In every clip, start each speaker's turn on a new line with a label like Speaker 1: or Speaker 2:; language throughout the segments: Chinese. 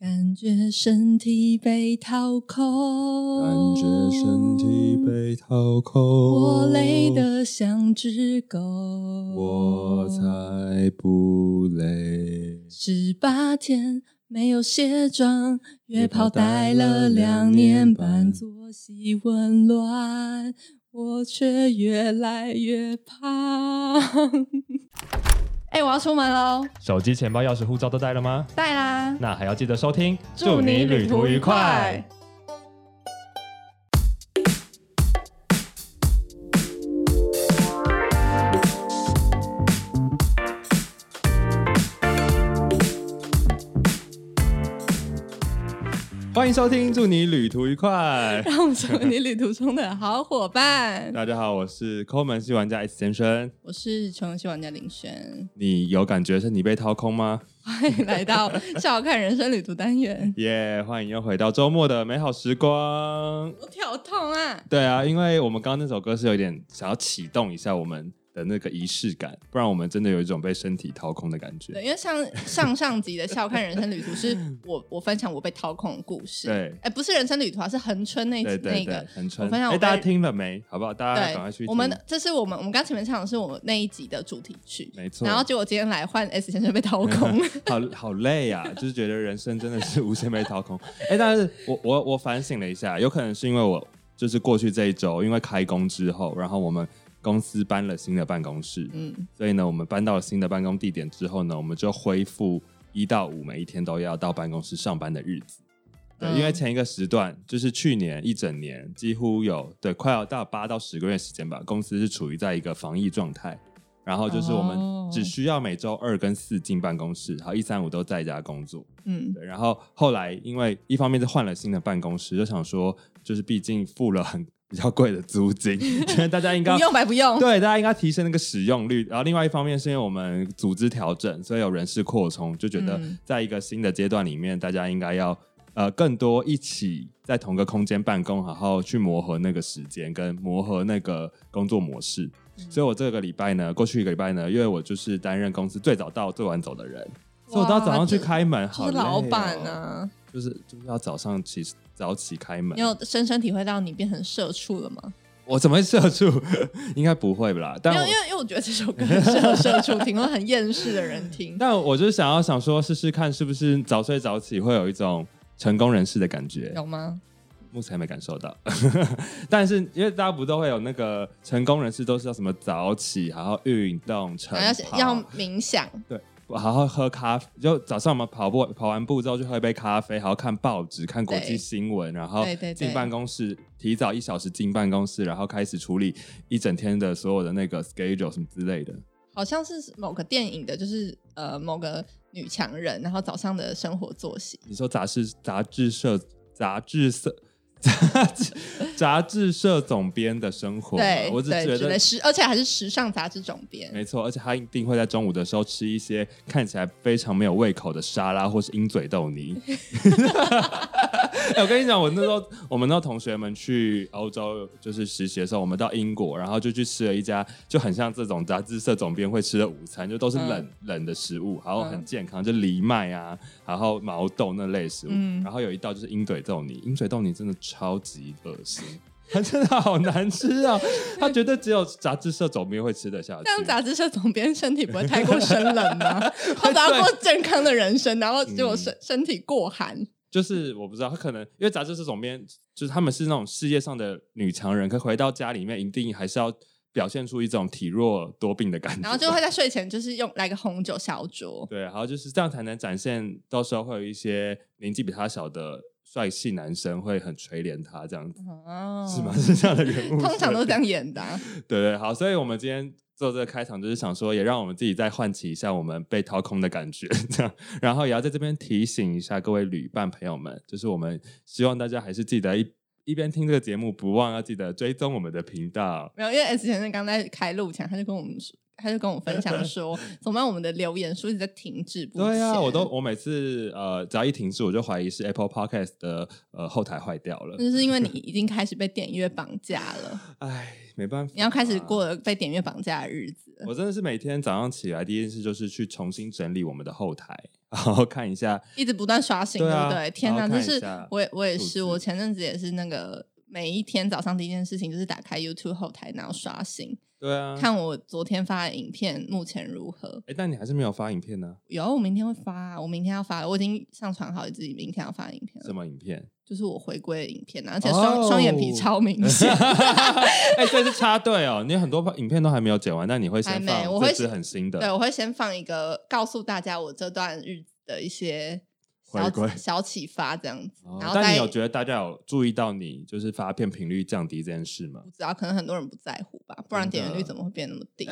Speaker 1: 感觉身体被掏空，
Speaker 2: 感觉身体被掏空，
Speaker 1: 我累得像只狗，我
Speaker 2: 我才不累。
Speaker 1: 十八天没有卸妆，约炮待了两年半，作息紊乱，我却越来越胖。哎、我要出门喽，
Speaker 3: 手机、钱包、钥匙、护照都带了吗？
Speaker 1: 带啦！
Speaker 3: 那还要记得收听，
Speaker 1: 祝你旅途愉快。
Speaker 3: 欢迎收听，祝你旅途愉快。
Speaker 1: 让我们成为你旅途中的好伙伴。
Speaker 3: 大家好，我是抠门系玩家 S 先生。
Speaker 1: 我是穷游戏玩家林轩，
Speaker 3: 你有感觉身体被掏空吗？
Speaker 1: 欢迎来到笑看人生旅途单元。
Speaker 3: 耶、欢迎又回到周末的美好时光。
Speaker 1: 我跳痛啊！
Speaker 3: 对啊，因为我们刚刚那首歌是有点想要启动一下我们的那个仪式感，不然我们真的有一种被身体掏空的感觉。
Speaker 1: 对，因为上上上集的《笑看人生旅途》是我我分享我被掏空的故事，
Speaker 3: 对
Speaker 1: 哎，不是人生旅途啊，是恒春那一
Speaker 3: 对对
Speaker 1: 那
Speaker 3: 对
Speaker 1: 个，。
Speaker 3: 很纯。
Speaker 1: 我分享我
Speaker 3: 哎，大家
Speaker 1: 被
Speaker 3: 听了没？好不好？大家赶快去
Speaker 1: 对，
Speaker 3: 听。
Speaker 1: 我们的这是我们我们刚前面唱的是我们那一集的主题曲，
Speaker 3: 没错。
Speaker 1: 然后结果今天来换 S 先生被掏空，
Speaker 3: 好好 累啊，就是觉得人生真的是无限被掏空。哎、但是我我我反省了一下，有可能是因为我就是过去这一周，因为开工之后，然后我们公司搬了新的办公室，
Speaker 1: 嗯，
Speaker 3: 所以呢，我们搬到了新的办公地点之后呢，我们就恢复一到五每一天都要到办公室上班的日子。对，
Speaker 1: 嗯
Speaker 3: 因为前一个时段就是去年一整年，几乎有对快要到八到十个月时间吧，公司是处于在一个防疫状态，然后就是我
Speaker 1: 哦
Speaker 3: 们只需要每周二跟四进办公室，好一三五都在家工作。
Speaker 1: 嗯，
Speaker 3: 对，然后后来因为一方面是换了新的办公室，就想说就是毕竟付了很比较贵的租金， 觉得大家应该
Speaker 1: 不用白不用，
Speaker 3: 对，大家应该提升那个使用率。然后另外一方面是因为我们组织调整，所以有人事扩充，就觉得
Speaker 1: 嗯
Speaker 3: 在一个新的阶段里面，大家应该要呃更多一起在同个空间办公，好好去磨合那个时间跟磨合那个工作模式。
Speaker 1: 嗯
Speaker 3: 所以我这个礼拜呢，过去一个礼拜呢，因为我就是担任公司最早到最晚走的人，所以我到早上去开门，
Speaker 1: 就
Speaker 3: 好
Speaker 1: 是
Speaker 3: 累哦
Speaker 1: 老板，啊，
Speaker 3: 就是就是要早上起早起开门
Speaker 1: 你。有深深体会到你变成社畜了吗？
Speaker 3: 我怎么会社畜？ 应该不会吧？但
Speaker 1: 没有，
Speaker 3: 我
Speaker 1: 因为因为我觉得这首歌很适合社畜听，会很厌世的人 听。
Speaker 3: 但我就是想要想说试试看，是不是早睡早起会有一种成功人士的感觉？
Speaker 1: 有吗？
Speaker 3: 目前还没感受到， 但是因为大家不都会有那个成功人士都是要什么早起，然后运动、晨
Speaker 1: 然后
Speaker 3: 跑，
Speaker 1: 要要冥想，
Speaker 3: 然后喝咖啡，就早上我们跑步跑完步之后去喝一杯咖啡，然后看报纸、看国际
Speaker 1: 对
Speaker 3: 新闻，然后
Speaker 1: 对对对
Speaker 3: 进办公室，提早一小时进办公室，然后开始处理一整天的所有的那个 schedule 什么之类的。
Speaker 1: 好像是某个电影的，就是呃某个女强人，然后早上的生活作息。
Speaker 3: 你说杂志杂志社杂志社杂志杂志社总编的生活吗，
Speaker 1: 对，
Speaker 3: 我只
Speaker 1: 对
Speaker 3: 觉
Speaker 1: 之类
Speaker 3: 得
Speaker 1: 时，而且还是时尚杂志总编。
Speaker 3: 没错，而且他一定会在中午的时候吃一些看起来非常没有胃口的沙拉或是鹰嘴豆泥。哎我跟你讲，我那时候我们那时候同学们去欧洲就是实习的时候，我们到英国，然后就去吃了一家就很像这种杂志社总编会吃的午餐，就都
Speaker 1: 嗯
Speaker 3: 是冷、冷的食物，然后很健康，就藜麦啊，然后毛豆那类食物，
Speaker 1: 嗯
Speaker 3: 然后有一道就是鹰嘴豆泥，鹰嘴豆泥真的超级恶 心。它真的好难吃啊！它绝对只有杂志社总编会吃得下去。
Speaker 1: 这样杂志社总编身体不会太过生冷 吗？他想要过健康的人生，然后结果身、身体过 寒，
Speaker 3: 就是我不知道，他可能因为杂志社总编，就是他们是那种事业上的女强人，可回到家里面一定还是要表现出一种体弱多病的感觉，
Speaker 1: 然后就会在睡前就是用来个红酒小酌。
Speaker 3: 对，然后就是这样才能展现，到时候会有一些年纪比他小的帅气男生会很垂怜他这样子，
Speaker 1: 哦
Speaker 3: 是吗？？是这样的人物，
Speaker 1: 通常都是
Speaker 3: 是吗
Speaker 1: 这样演的啊、
Speaker 3: 对对，好，所以我们今天做这个开场，就是想说，也让我们自己再唤起一下我们被掏空的感觉， 这样，然后也要在这边提醒一下各位旅伴朋友们，就是我们希望大家还是记得一一边听这个节目，不忘要记得追踪我们的频道。
Speaker 1: 没有，因为 S 先生刚在开录前，他就跟我们说，他就跟我分享 说，怎么办？我们的留言数一直在停滞不前。
Speaker 3: 对啊，我都我每次呃，只要一停止，我就怀疑是 Apple Podcast 的呃后台坏掉了
Speaker 1: 那。就是因为你已经开始被点阅绑架 了，
Speaker 3: 唉，没办法，
Speaker 1: 你要开始。过了被点阅绑架的日子了。
Speaker 3: 我真的是每天早上起来第一件事就是去重新整理我们的后台， 然后看一下，
Speaker 1: 一直不断刷新，
Speaker 3: 对
Speaker 1: 对
Speaker 3: 啊
Speaker 1: 不对？天哪，
Speaker 3: 然后
Speaker 1: 就
Speaker 3: 看一
Speaker 1: 是
Speaker 3: 下
Speaker 1: 我也我也是，
Speaker 3: 数字
Speaker 1: 我前阵子也是那个每一天早上第一件事情就是打开 YouTube 后台，然后刷新，
Speaker 3: 对啊，
Speaker 1: 看我昨天发的影片目前如何。
Speaker 3: 哎，但你还是没有发影片呢、
Speaker 1: 有，我明天会发啊，我明天要发了，我已经上传好自己明天要发的影片
Speaker 3: 什
Speaker 1: 了，
Speaker 3: 么影片？
Speaker 1: 就是我回归的影片啊，而且双、
Speaker 3: 哦
Speaker 1: 双眼皮超明 显。
Speaker 3: 哎，这是插队哦，你很多影片都还没有剪完，但你会
Speaker 1: 还
Speaker 3: 先
Speaker 1: 没
Speaker 3: 放
Speaker 1: 我会
Speaker 3: 这支很新
Speaker 1: 对，
Speaker 3: 的，哦
Speaker 1: 我会先放一个告诉大家我这段日子的一些小
Speaker 3: 回归
Speaker 1: 小启发这样子，
Speaker 3: 哦
Speaker 1: 然后
Speaker 3: 但
Speaker 1: 再
Speaker 3: 你有觉得大家有注意到你就是发片频率降低这件事 吗
Speaker 1: 不？知道，可能很多人不在乎吧，不然
Speaker 3: 真
Speaker 1: 点
Speaker 3: 的
Speaker 1: 阅率怎么会变那么 低？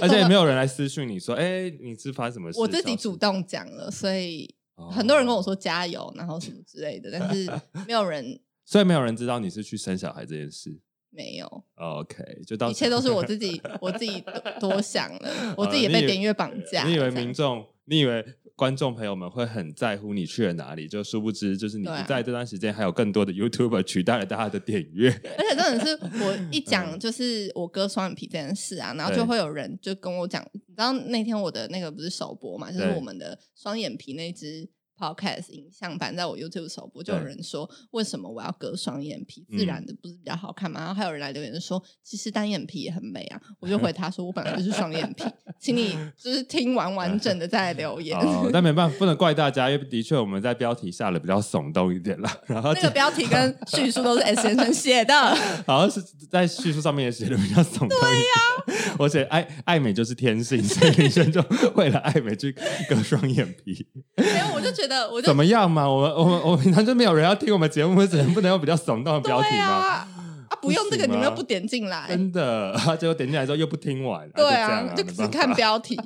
Speaker 3: 而且也没有人来私讯你说，哎，你是发生什么事？
Speaker 1: 我自己
Speaker 3: 消失
Speaker 1: 主，动讲了，所以
Speaker 3: 哦
Speaker 1: 很多人跟我说，加油，然后什么之类的，但是没有人
Speaker 3: 所以没有人知道你是去生小孩这件事。
Speaker 1: 没 有，
Speaker 3: OK，就到
Speaker 1: 一切都是我自己我自己多多想 了，我自己也
Speaker 3: 好了
Speaker 1: 被
Speaker 3: 你以为
Speaker 1: 点阅绑架了。
Speaker 3: 你以为
Speaker 1: 这样
Speaker 3: 民众，你以为观众朋友们会很在乎你去了哪里？就殊不知，就是你
Speaker 1: 对啊
Speaker 3: 在这段时间还有更多的 YouTuber 取代了大家的点阅。
Speaker 1: 而且真的 是我一
Speaker 3: 嗯
Speaker 1: 讲就是我割双眼皮这件事啊，然后就会有人就跟我讲，你知道那天我的那个不是首播嘛，就是
Speaker 3: 对
Speaker 1: 我们的双眼皮那支 podcast 影像版在我 YouTube 首播，就有
Speaker 3: 对
Speaker 1: 人说为什么我要割双眼皮，
Speaker 3: 嗯
Speaker 1: 自然的不是比较好看嘛？然后还有人来留言说，其实单眼皮也很美啊，我就回他说我本来就是双眼皮，请你就是听完完整的再来留 言。
Speaker 3: 哦，但没办法，不能怪大家，因为的确我们在标题下的比较耸动一点啦。然 后
Speaker 1: 那个标题跟叙述都是 S 先生写的，
Speaker 3: 好像是在叙述上面也写的比较耸动一点。而且爱爱美就是天性，所以女生就为了爱美去割双眼皮，
Speaker 1: 然后我就觉得，我就
Speaker 3: 怎么样嘛？我们我们我们平常就没有人要听我们节目，只能不能用比较耸动的标题
Speaker 1: 对
Speaker 3: 吗？
Speaker 1: 啊，啊，不用这个，
Speaker 3: 不行
Speaker 1: 你
Speaker 3: 吗
Speaker 1: 们又不点进来。
Speaker 3: 真的，结果点进来之后又不听完，
Speaker 1: 对
Speaker 3: 啊，
Speaker 1: 啊，
Speaker 3: 就
Speaker 1: 就只看
Speaker 3: 表。
Speaker 1: 标 题。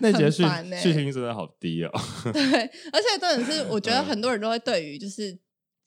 Speaker 3: 那节
Speaker 1: 很
Speaker 3: 续
Speaker 1: 烦欸
Speaker 3: 续听真的好低哦，
Speaker 1: 对，而且真的
Speaker 3: 嗯
Speaker 1: 是，我觉得很多人都会对于就是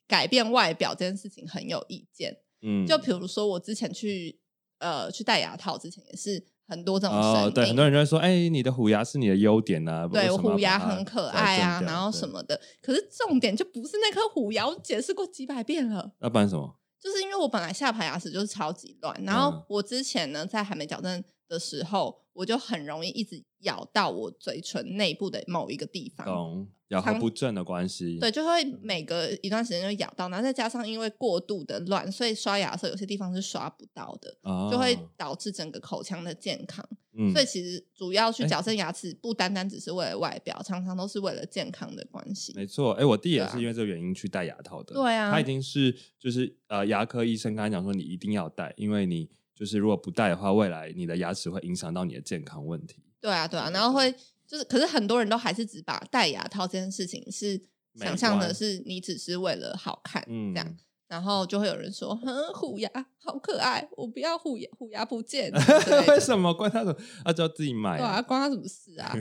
Speaker 1: 改变外表这件事情很有意见。
Speaker 3: 嗯，
Speaker 1: 就比如说我之前去呃去戴牙套之前，也是很多这种声
Speaker 3: 哦
Speaker 1: 音，，
Speaker 3: 对，很多人就会说，哎，你的虎牙是你的优点啊，
Speaker 1: 对，
Speaker 3: 为什么要
Speaker 1: 虎牙
Speaker 3: 把它
Speaker 1: 很可爱啊，
Speaker 3: 矫正掉
Speaker 1: 然后什，么的。可是重点就不是那颗虎牙，我解释过几百遍了。
Speaker 3: 对要不然什么？
Speaker 1: 就是因为我本来下排牙齿就是超级乱，然后
Speaker 3: 嗯
Speaker 1: 我之前呢在还没矫正的时候，我就很容易一直咬到我嘴唇内部的某一个地方，
Speaker 3: 懂，嗯咬合不正的关系，
Speaker 1: 对，，就会每隔一段时间就咬到，然后再加上因为过度的乱，所以刷牙的时候有些地方是刷不到的，就会导致整个口腔的健康。
Speaker 3: 哦嗯
Speaker 1: 所以其实主要去
Speaker 3: 哎
Speaker 1: 矫正牙齿，不单单只是为了外表，常常都是为了健康的关系。
Speaker 3: 没错，哎、我弟也
Speaker 1: 对啊
Speaker 3: 是因为这个原因去戴牙套的。
Speaker 1: 对啊
Speaker 3: 他已经是就是呃，牙科医生跟他讲说，你一定要戴，因为你就是如果不戴的话，未来你的牙齿会影响到你的健康问题。
Speaker 1: 对啊，对啊，然后会就是，可是很多人都还是只把戴牙套这件事情是
Speaker 3: 美
Speaker 1: 想象的
Speaker 3: 观
Speaker 1: 是你只是为了好看
Speaker 3: 嗯
Speaker 1: 这，样，然后就会有人说，哼，虎牙好可爱，我不要虎牙，虎牙不 见之类
Speaker 3: 为
Speaker 1: 的。
Speaker 3: 什么关他什么？他就要自己买
Speaker 1: 对
Speaker 3: 啊、
Speaker 1: 啊，关他什么事 啊？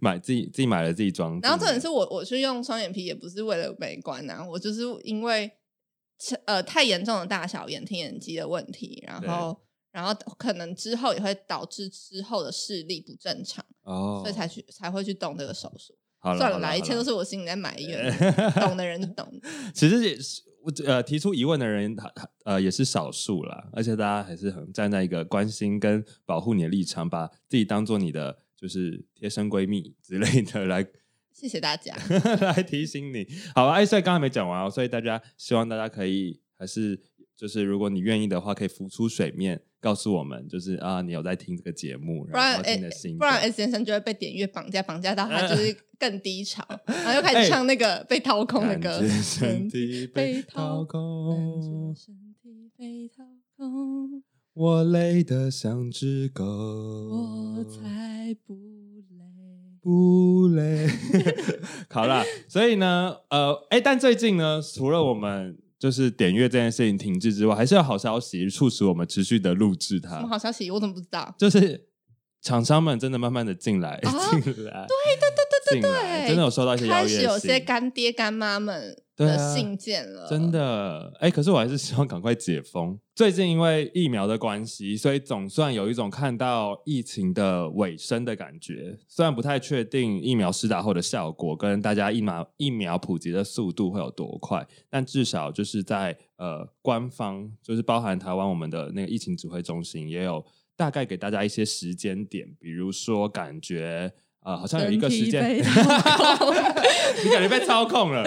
Speaker 3: 买自己自己买了自己装。
Speaker 1: 然后重
Speaker 3: 自己
Speaker 1: 点是我，我去用双眼皮也不是为了美观啊，我就是因为呃太严重的大小眼听眼肌的问题，然
Speaker 3: 对
Speaker 1: 后然后可能之后也会导致之后的视力不正常，
Speaker 3: 哦，
Speaker 1: 所以才去才会去动这个手术。
Speaker 3: 好了
Speaker 1: 算
Speaker 3: 好
Speaker 1: 了
Speaker 3: 了
Speaker 1: 啦，
Speaker 3: 好
Speaker 1: 一切
Speaker 3: 了，
Speaker 1: 都是我心里在埋怨
Speaker 3: 呃
Speaker 1: 懂的人就懂。
Speaker 3: 其实也是我呃提出疑问的人，他他呃也是少数啦，而且大家还是很站在一个关心跟保护你的立场，把自己当做你的就是贴身闺蜜之类的来
Speaker 1: 谢谢大家。
Speaker 3: 来提醒你。好，哎，所以刚才没讲完哦，所以大家希望大家可以还是就是如果你愿意的话，可以浮出水面，告诉我们就是啊，你有在听这个节目，
Speaker 1: 不然
Speaker 3: 后，
Speaker 1: 哎、
Speaker 3: 听的心得，
Speaker 1: 不然 S 先生就会被点阅绑架，绑架 到他就是更低潮，然后又开
Speaker 3: 哎
Speaker 1: 始唱那个被掏空的
Speaker 3: 感
Speaker 1: 歌
Speaker 3: 觉。身体被
Speaker 1: 被掏
Speaker 3: 掏空，
Speaker 1: 身体被掏空，
Speaker 2: 我累得像只狗，
Speaker 1: 我才不累。
Speaker 2: 不累。
Speaker 3: 好啦，所以呢，呃，哎、但最近呢，除了我们就是点阅这件事情停滞之外，还是有好消息促使我们持续的录制
Speaker 1: 什么
Speaker 3: 它，
Speaker 1: 好消息？我怎么不知道？
Speaker 3: 就是厂商们真的慢慢的进来，
Speaker 1: 啊
Speaker 3: 进来，对对对对
Speaker 1: 对
Speaker 3: 真的有收到一些邀
Speaker 1: 开
Speaker 3: 约
Speaker 1: 始
Speaker 3: 信，
Speaker 1: 有些干爹干妈们
Speaker 3: 对啊
Speaker 1: 的信件了，
Speaker 3: 真。的，哎、可是我还是希望赶快解封。最近因为疫苗的关系，所以总算有一种看到疫情的尾声的感觉。虽然不太确定疫苗施打后的效果跟大家疫苗疫苗普及的速度会有多快，但至少就是在呃官方，就是包含台湾我们的那个疫情指挥中心也有大概给大家一些时间点，比如说感觉。啊，好像有一个时间，
Speaker 1: 人体被 掏空
Speaker 3: 你感觉被操控了。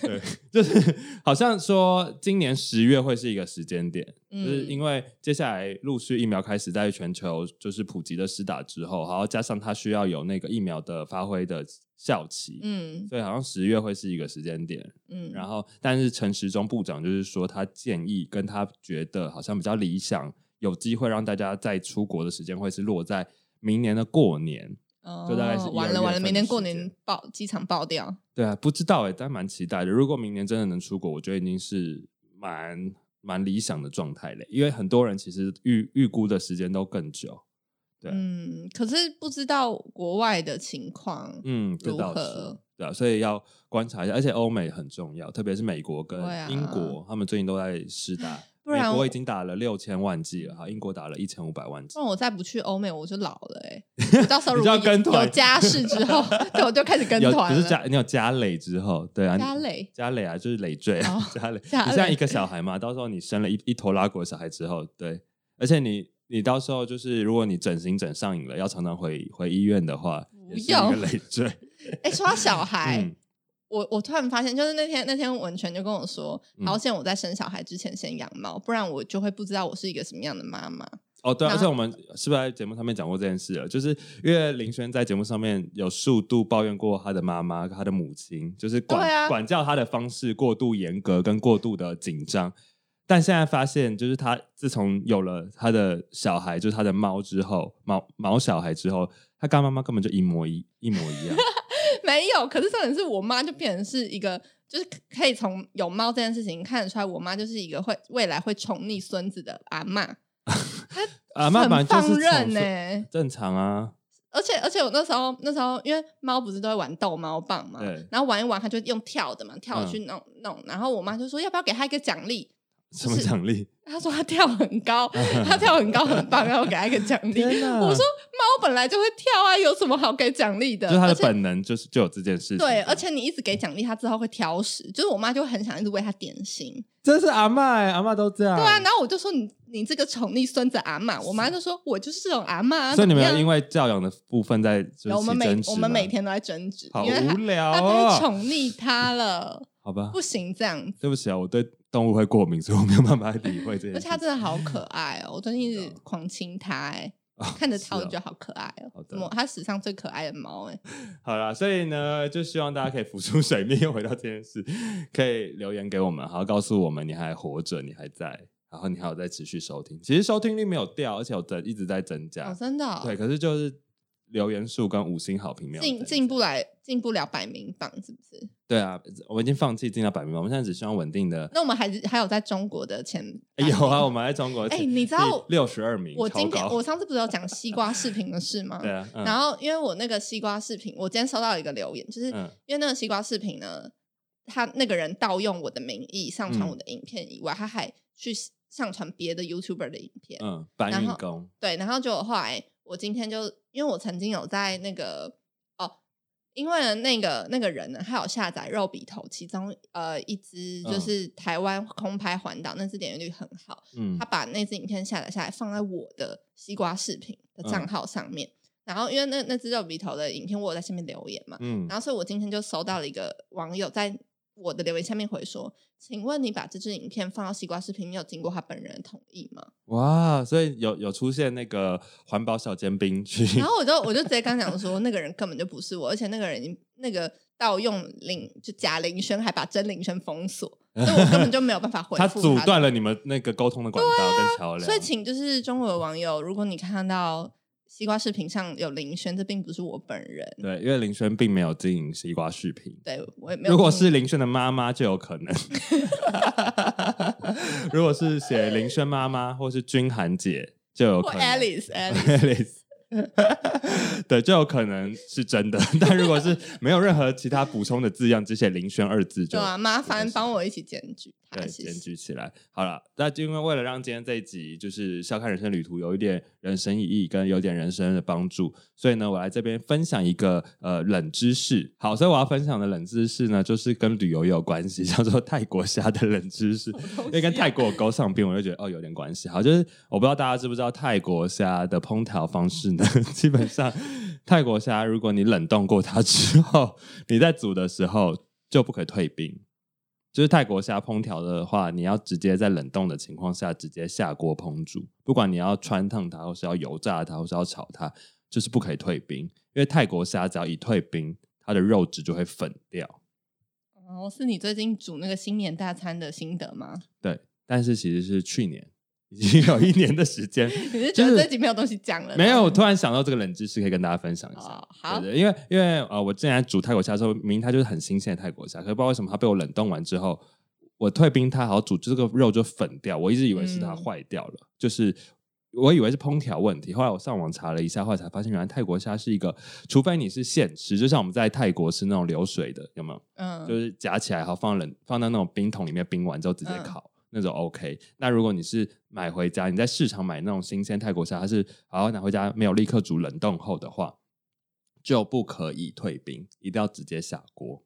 Speaker 3: 对，就是 好像说今年十月会是一个时间点，
Speaker 1: 嗯
Speaker 3: 就是因为接下来陆续疫苗开始在全球就是普及的施打之后，然后加上它需要有那个疫苗的发挥的效期，
Speaker 1: 嗯
Speaker 3: 所以好像十月会是一个时间点。
Speaker 1: 嗯，
Speaker 3: 然后，但是陈时中部长就是说，他建议跟他觉得好像比较理想，有机会让大家在出国的时间会是落在明年的过年。
Speaker 1: 后
Speaker 3: 就大概是一
Speaker 1: 哦完了
Speaker 3: 二月
Speaker 1: 完了，
Speaker 3: 份
Speaker 1: 明
Speaker 3: 的
Speaker 1: 年
Speaker 3: 时
Speaker 1: 过
Speaker 3: 间
Speaker 1: 年爆机场爆掉，
Speaker 3: 对啊，不知道哎、但蛮期待的。如果明年真的能出国，我觉得已经是蛮蛮理想的状态嘞。因为很多人其实预预估的时间都更久。对
Speaker 1: 嗯，可是不知道国外的情况，
Speaker 3: 嗯，这
Speaker 1: 如
Speaker 3: 倒是
Speaker 1: 何
Speaker 3: 对啊，所以要观察一下，而且欧美很重要，特别是美国跟
Speaker 1: 对啊
Speaker 3: 英国，他们最近都在试打。
Speaker 1: 不然
Speaker 3: 美国
Speaker 1: 我
Speaker 3: 已经打了六千万剂了，哈，英国打了一千五百万剂
Speaker 1: 不。然我再不去欧美，我就老了哎、欸。我到时候
Speaker 3: 你
Speaker 1: 如
Speaker 3: 就
Speaker 1: 果
Speaker 3: 要跟
Speaker 1: 有
Speaker 3: 团
Speaker 1: 有家室之后， 对，我就开始跟
Speaker 3: 有
Speaker 1: 团
Speaker 3: 只
Speaker 1: 了。
Speaker 3: 是加你有加累之后，对啊，
Speaker 1: 家累，
Speaker 3: 加累啊，就是累赘、啊
Speaker 1: 哦
Speaker 3: 加累。
Speaker 1: 加累
Speaker 3: 你现在一个小孩嘛，到时候你生了一一头拉骨的小孩之后，对，而且你你到时候就是如果你整形整上瘾了，要常常回回医院的话，
Speaker 1: 不
Speaker 3: 也是一
Speaker 1: 用
Speaker 3: 个累赘。
Speaker 1: 哎、说到小孩，
Speaker 3: 嗯
Speaker 1: 我我突然发现，就是那天那天文泉就跟我说，
Speaker 3: 嗯
Speaker 1: 好险我在生小孩之前先养猫，不然我就会不知道我是一个什么样的妈 妈。
Speaker 3: 哦，对、啊，
Speaker 1: 然
Speaker 3: 而
Speaker 1: 后
Speaker 3: 且我们是不是在节目上面讲过这件事了？就是因为林轩在节目上面有数度抱怨过他的妈妈、他的母亲，就是管、
Speaker 1: 对啊
Speaker 3: 管教他的方式过度严格跟过度的紧张。但现在发现，就是他自从有了他的小孩，就是他的猫之后，毛毛小孩之后，他跟他妈妈根本就一模一一模 一样。
Speaker 1: 没有，可是重点是我妈就变成是一个，就是可以从有猫这件事情看得出来，我妈就是一个会未来会宠溺孙子的阿嬷，
Speaker 3: 啊，妈
Speaker 1: 很
Speaker 3: 妈就是
Speaker 1: 放
Speaker 3: 宠
Speaker 1: 任欸
Speaker 3: 出
Speaker 1: 呢、
Speaker 3: 正常啊，
Speaker 1: 而且而且我那时候那时候因为猫不是都会玩逗猫棒嘛
Speaker 3: 对，嗯
Speaker 1: 然后玩一玩它就用跳的嘛，跳去弄、弄，然后我妈就说要不要给它一个奖励？
Speaker 3: 什么奖励？
Speaker 1: 她说它跳很 高，它跳很高很棒，然后给它一个奖励。
Speaker 3: 天哪！
Speaker 1: 我说猫本来就会跳啊，有什么好给奖励的？
Speaker 3: 就是他
Speaker 1: 而
Speaker 3: 的
Speaker 1: 且
Speaker 3: 本能，就是就有这件事情。
Speaker 1: 对，而且你一直给奖励它之后会挑食，就是我妈就会很想一直喂它点心。
Speaker 3: 这是阿嬷欸，阿嬷都这样。
Speaker 1: 对啊，然后我就说你你这个宠溺孙子阿嬷，我妈就说我就是这种阿嬷啊。
Speaker 3: 所以你们
Speaker 1: 怎么
Speaker 3: 有
Speaker 1: 样
Speaker 3: 因为教养的部分在就是
Speaker 1: 有我们
Speaker 3: 起
Speaker 1: 每
Speaker 3: 争执
Speaker 1: 我们
Speaker 3: 吗
Speaker 1: 每天都在争执，
Speaker 3: 好
Speaker 1: 因为
Speaker 3: 无
Speaker 1: 它
Speaker 3: 聊
Speaker 1: 他太
Speaker 3: 哦，
Speaker 1: 宠溺他了，
Speaker 3: 好吧
Speaker 1: 不，行这样子。
Speaker 3: 对不起啊，我对动物会过敏，所以我没有办法理会这
Speaker 1: 而
Speaker 3: 件
Speaker 1: 且他
Speaker 3: 事。
Speaker 1: 真的好可爱哦，我最近一直狂亲他哎、看着他
Speaker 3: 是
Speaker 1: 我
Speaker 3: 哦
Speaker 1: 就觉得好可爱
Speaker 3: 好
Speaker 1: 哦
Speaker 3: 的，
Speaker 1: 怎么他史上最可爱的猫哎、
Speaker 3: 好啦，所以呢，就希望大家可以浮出水面， 又回到这件事，可以留言给我们，然后告诉我们你还活着，你还在，然后你还有在持续收听。其实收听率没有掉，而且有增一直在增加
Speaker 1: 哦，，真的、哦
Speaker 3: 对，，可是就是留言数跟五星好评没有
Speaker 1: 进
Speaker 3: 增
Speaker 1: 进
Speaker 3: 加
Speaker 1: 不来，进不了百名榜是不是？
Speaker 3: 对啊，我已经放弃进到百名了，我们现在只希望稳定的。
Speaker 1: 那我们还是还有在中国的前
Speaker 3: 哎 有啊，我们在中国
Speaker 1: 哎你知道
Speaker 3: 六十二名，
Speaker 1: 我今
Speaker 3: 超
Speaker 1: 天
Speaker 3: 高
Speaker 1: 我上次不是有讲西瓜视频的事吗？
Speaker 3: 对啊，嗯
Speaker 1: 然后因为我那个西瓜视频，我今天收到一个留言，就是
Speaker 3: 嗯
Speaker 1: 因为那个西瓜视频呢，他那个人盗用我的名义上
Speaker 3: 嗯
Speaker 1: 传我的影片以外，他还去上传别的 YouTuber 的影片，
Speaker 3: 嗯，搬
Speaker 1: 然
Speaker 3: 运
Speaker 1: 后
Speaker 3: 工，
Speaker 1: 对，然后就后来我今天就因为我曾经有在那个哦，因为呢那个那个人呢，他有下载肉笔头，其中呃一支就
Speaker 3: 嗯
Speaker 1: 是台湾空拍环岛，那支点阅率很好，
Speaker 3: 嗯
Speaker 1: 他，把那支影片下载下来，放在我的西瓜视频
Speaker 3: 嗯
Speaker 1: 的账号上面。然后因为那那只肉笔头的影片，我有在下面留言嘛，
Speaker 3: 嗯
Speaker 1: 然后所以我今天就收到了一个网友在我的留言下面回说：“请问你把这支影片放到西瓜视频，你有经过他本人的同意吗
Speaker 3: 哇，所以有有出现那个环保小尖兵去，？”
Speaker 1: 然后我就我就直接跟他讲说，那个人根本就不是我，而且那个人已经那个盗用林就假林轩，还把真林轩封锁，所以我根本就没有办法回复
Speaker 3: 他
Speaker 1: 的啊
Speaker 3: 阻断了你们那个沟通的管道跟桥梁，
Speaker 1: 所以，请就是中国的网友，如果你看到西瓜视频上有林轩，这并不是我本人，
Speaker 3: 对，因为林轩并没有经营西瓜视频。
Speaker 1: 对我也没有。
Speaker 3: 如果是林轩的妈妈，就有 可能。 如果是写林轩妈妈，或是君涵姐，就有
Speaker 1: 或
Speaker 3: 可能。
Speaker 1: Alice，Alice，
Speaker 3: Alice 对，就有可能是真的。 但如果是没有任何其他补充的字样，只写“林轩”二字就
Speaker 1: 对啊，麻烦
Speaker 3: 没事
Speaker 1: 帮我一起检举他，
Speaker 3: 对，
Speaker 1: 谢
Speaker 3: 检
Speaker 1: 谢。
Speaker 3: 举起来。好了，那就因为为了让今天这一集就是《笑看人生旅途》有一点人生意义跟有点人生的帮助，所以呢，我来这边分享一个呃冷知识。好，所以我要分享的冷知识呢，就是跟旅游有关系， 叫做泰国虾的冷知识，因为跟泰国有勾上边，我就觉得哦有点关系。好，就是我不知道大家知不知道泰国虾的烹调方式呢， 呢，基本上泰国虾，如果你冷冻过它之后，你在煮的时候就不可以退冰。就是泰国虾烹调的话，你要直接在冷冻的情况下直接下锅烹煮，不管你要穿烫它，或是要油炸它，或是要炒它，就是不可以退冰，因为泰国虾只要一退冰，它的肉质就会粉掉。
Speaker 1: 哦，是你最近煮那个新年大餐的心得吗？
Speaker 3: 对，但是其实是去年已经有一年的 时间，
Speaker 1: 你是觉
Speaker 3: 就
Speaker 1: 得
Speaker 3: 是
Speaker 1: 这集没有东西讲了？
Speaker 3: 没有，我突然想到这个冷知识可以跟大家分享一下。
Speaker 1: 哦，好，
Speaker 3: 对对，因为因为呃，我之前在煮泰国虾的时候，明明它就是很新鲜的泰国虾，可是不知道为什么它被我冷冻完之后，我退冰它好煮，这个肉就粉掉。我一直以为是它
Speaker 1: 嗯
Speaker 3: 坏掉了，就是我以为是烹调问题。后来我上网查了一下，后来才发现原来泰国虾是一个，除非你是现吃，就像我们在泰国吃那种流水的，有没有？
Speaker 1: 嗯，
Speaker 3: 就是夹起来，然后放冷放到那种冰桶里面冰完之后直接
Speaker 1: 嗯
Speaker 3: 烤。那种 OK，那如果你是买回家，你在市场买那种新鲜泰国虾，它是好拿回家没有立刻煮冷冻后的话，就不可以退冰，一定要直接下锅。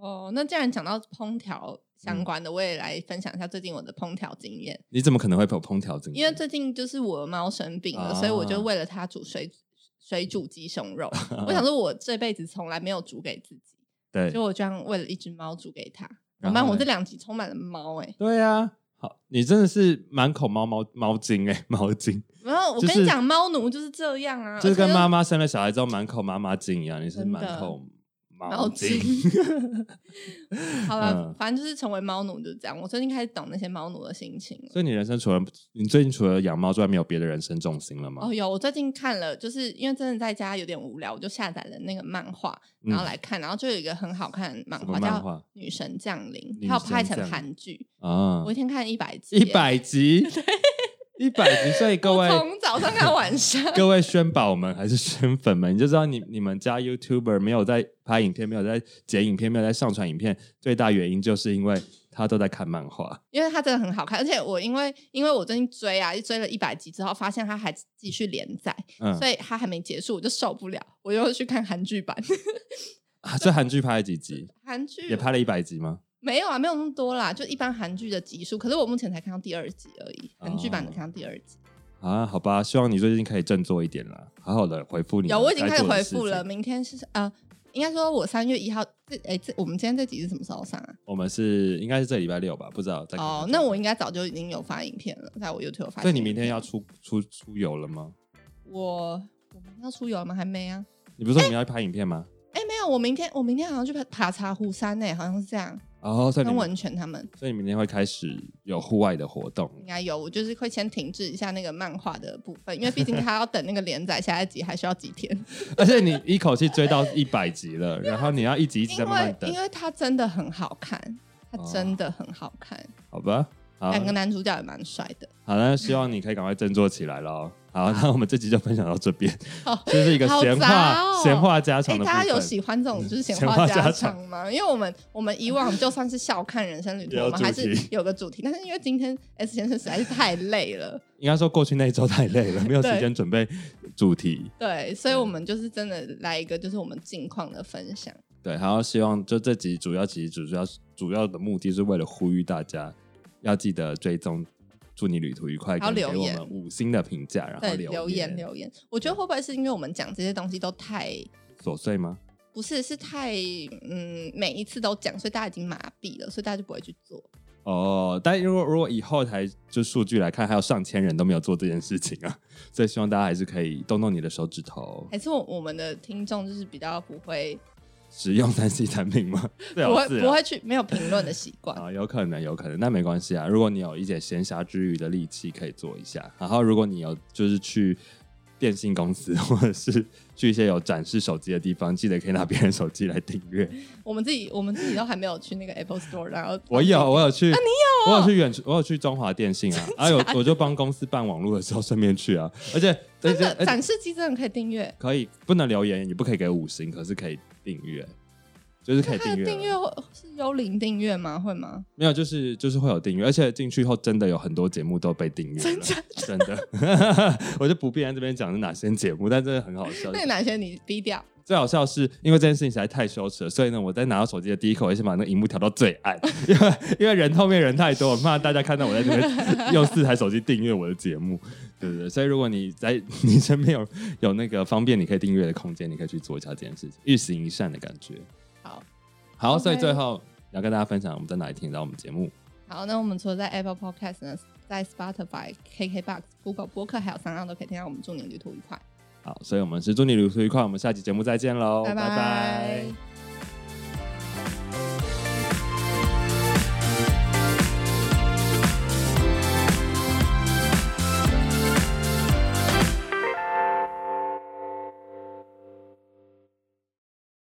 Speaker 1: 哦，那既然讲到烹调
Speaker 3: 嗯
Speaker 1: 相关的，我也来分享一下最近我的烹调经验。
Speaker 3: 你怎么可能会有烹调经验？
Speaker 1: 因为最近就是我的猫生病了，所以我就
Speaker 3: 啊
Speaker 1: 为了它煮水水煮鸡胸 肉。我想说，我这辈子从来没有煮给自己，
Speaker 3: 对
Speaker 1: 就我居然为了一只猫煮给它。怎
Speaker 3: 然
Speaker 1: 么办？
Speaker 3: 后
Speaker 1: 我
Speaker 3: 嘞
Speaker 1: 这两集充满了猫哎、
Speaker 3: 对啊，好，你真的是满口猫猫猫精哎、猫精，
Speaker 1: 然后我
Speaker 3: 就
Speaker 1: 跟你
Speaker 3: 是
Speaker 1: 讲，猫奴就是这样啊，
Speaker 3: 就是跟妈
Speaker 1: 妈
Speaker 3: 妈生了小孩之后满口妈妈精一样，你是
Speaker 1: 真的
Speaker 3: 满口
Speaker 1: 猫
Speaker 3: 猫
Speaker 1: 精
Speaker 3: 精。。
Speaker 1: 好了，
Speaker 3: 嗯
Speaker 1: 反正就是成为猫奴就是这样。我最近开始懂那些猫奴的心情了。
Speaker 3: 所以你人生除了你最近除了养猫之外，没有别的人生重心了吗？
Speaker 1: 哦，有，我最近看了，就是因为真的在家有点无聊，我就下载了那个漫画，
Speaker 3: 嗯
Speaker 1: 然后来看，然后就有一个很好看的漫
Speaker 3: 什
Speaker 1: 画
Speaker 3: 么漫
Speaker 1: 叫
Speaker 3: 画
Speaker 1: 《女神降临
Speaker 3: 女》，
Speaker 1: 它有
Speaker 3: 神
Speaker 1: 拍成
Speaker 3: 降临
Speaker 1: 韩剧，
Speaker 3: 啊
Speaker 1: 我一天看一百集，
Speaker 3: 一，百集，一百集，所以各位。
Speaker 1: 从早上看到晚上
Speaker 3: 各位宣宝们还是宣粉们，你就知道你你们家 YouTuber 没有在拍影片，没有在剪影片，没有在上传影片，最大原因就是因为他都在看漫画。
Speaker 1: 因为它真的很好看，而且我因为因为我最近追啊，一追了一百集之后，发现它还继续连载，
Speaker 3: 嗯，
Speaker 1: 所以它还没结束，我就受不了，我又去看韩剧版。
Speaker 3: 啊这韩剧拍了几集？
Speaker 1: 韩剧
Speaker 3: 也拍了一百集吗？
Speaker 1: 没有啊，没有那么多啦，就一般韩剧的集数。可是我目前才看到第二集而已，韩剧版的
Speaker 3: 哦
Speaker 1: 看到第二集。
Speaker 3: 啊，好吧，希望你最近可以振作一点啦，好好的回复你。
Speaker 1: 有，我已经开始回复了。。明天是呃，应该说我三月一号，这哎这我们今天这集是什么时候上啊？
Speaker 3: 我们是应该是这礼拜六吧，不知道在看
Speaker 1: 哦，那我应该早就已经有发影片了，在我 YouTube 有发。
Speaker 3: 所以你明天要？出出出游了吗？
Speaker 1: 我我明天要出游了吗？还没啊。
Speaker 3: 你不是说你们要去拍影片吗？
Speaker 1: 哎，没有，我明天我明天好像去爬爬茶壶山呢、好像是这样，
Speaker 3: 哦，所以你
Speaker 1: 跟
Speaker 3: 们
Speaker 1: 文泉他们
Speaker 3: 所以你明天会开始有户外的活动
Speaker 1: 应该有。我就是会先停滞一下那个漫画的部分，因为毕竟他要等那个连载下一集，还需要几天。
Speaker 3: 而且你一口气追到一百集了，然后你要一集一集
Speaker 1: 因
Speaker 3: 在慢慢
Speaker 1: 为
Speaker 3: 等
Speaker 1: 因，为它真的很好看，它
Speaker 3: 哦
Speaker 1: 真的很好看，
Speaker 3: 好吧？哦好，
Speaker 1: 两个男主角也蛮帅的。
Speaker 3: 好，那希望你可以赶快振作起来喽。好，那我们这集就分享到这边，
Speaker 1: 好
Speaker 3: 这是一个
Speaker 1: 好
Speaker 3: 闲
Speaker 1: 杂
Speaker 3: 话、
Speaker 1: 哦
Speaker 3: 闲话家
Speaker 1: 哎、
Speaker 3: 常的部
Speaker 1: 大
Speaker 3: 分。嗯
Speaker 1: 家有喜欢这种就是闲
Speaker 3: 闲
Speaker 1: 话
Speaker 3: 话
Speaker 1: 家
Speaker 3: 家
Speaker 1: 常吗？因为我们我们以往就算是笑看人生旅途，
Speaker 3: 也有
Speaker 1: 我们还
Speaker 3: 主
Speaker 1: 是
Speaker 3: 题
Speaker 1: 有个主题，但是因为今天 S 先生实在是太累了，
Speaker 3: 应该说过去那一周太累 了，没有时间准备主题。
Speaker 1: 对，所以
Speaker 3: 嗯
Speaker 1: 我们就是真的来一个就是我们近况的分享。
Speaker 3: 对，然后希望就这集主要其实主要主要的目的是为了呼吁大家要记得追踪。祝你旅途愉快，
Speaker 1: 还有
Speaker 3: 跟给
Speaker 1: 留
Speaker 3: 我
Speaker 1: 言
Speaker 3: 们五星的评价，然后
Speaker 1: 对，
Speaker 3: 留嗯
Speaker 1: 留言留言，我觉得会不会是因为我们讲这些东西都太
Speaker 3: 琐碎吗？
Speaker 1: 不是是太嗯每一次都讲，所以大家已经麻痹了，所以大家就不会去做。
Speaker 3: 哦，但如果如果以后台就数据来看，还有上千人都没有做这件事情啊， 所以希望大家还是可以动动你的手指头，
Speaker 1: 还是我我们的听众就是比较不会
Speaker 3: 使用三 C 产 品吗？最
Speaker 1: 不
Speaker 3: 好
Speaker 1: 会
Speaker 3: 是啊
Speaker 1: 不会去没有评论的习惯。
Speaker 3: 啊，有可能，有可能，那没关系啊。如果你有一点闲暇之余的力气，可以做一下。然后，如果你有就是去电信公司，或者是去一些有展示手机的地方，记得可以拿别人 手机
Speaker 1: 啊
Speaker 3: 来订阅。
Speaker 1: 我们自己我们自己都还没有去那个 Apple Store，然后
Speaker 3: 我有，我有去，
Speaker 1: 有哦
Speaker 3: 我有去远，我有去中华电信啊，啊有，我就帮公司办网络的时候顺便去啊，而且而
Speaker 1: 真
Speaker 3: 且
Speaker 1: 的
Speaker 3: 而且
Speaker 1: 展示机真的可以订阅，
Speaker 3: 可以不能留言，也不可以给五星，可是可以订阅，就是可以
Speaker 1: 它
Speaker 3: 订
Speaker 1: 的
Speaker 3: 阅了。
Speaker 1: 订阅会是幽灵订阅吗？会吗？
Speaker 3: 没有，就是就是会有订阅，而且进去后真的有很多节目都被订阅了，真的 我就不必在这边讲是哪些节目，但真的很好笑。
Speaker 1: 那哪些你低调？
Speaker 3: 最好笑是因为这件事情实在太羞耻了，所以呢，我在拿到手机的第一刻，我先把那个荧幕调到最暗，因为因为人后面人太多，我怕大家看到我在那边用四台手机订阅我的节目。对对对，所以如果你在你身边有有那个方便你可以订阅的空间，你可以去做一下这件事情，欲行一善的感觉。
Speaker 1: 好
Speaker 3: 好，所以
Speaker 1: OK
Speaker 3: 最后要跟大家分享我们在哪里听到我们节目。
Speaker 1: 好，那我们除了在 Apple Podcast 呢，在 Spotify、KKBox、Google 播客还有三浪都可以听到我们祝你旅途愉快，
Speaker 3: 好，所以我们是祝你旅途愉快，我们下期节目再见喽，
Speaker 1: 拜
Speaker 3: 拜拜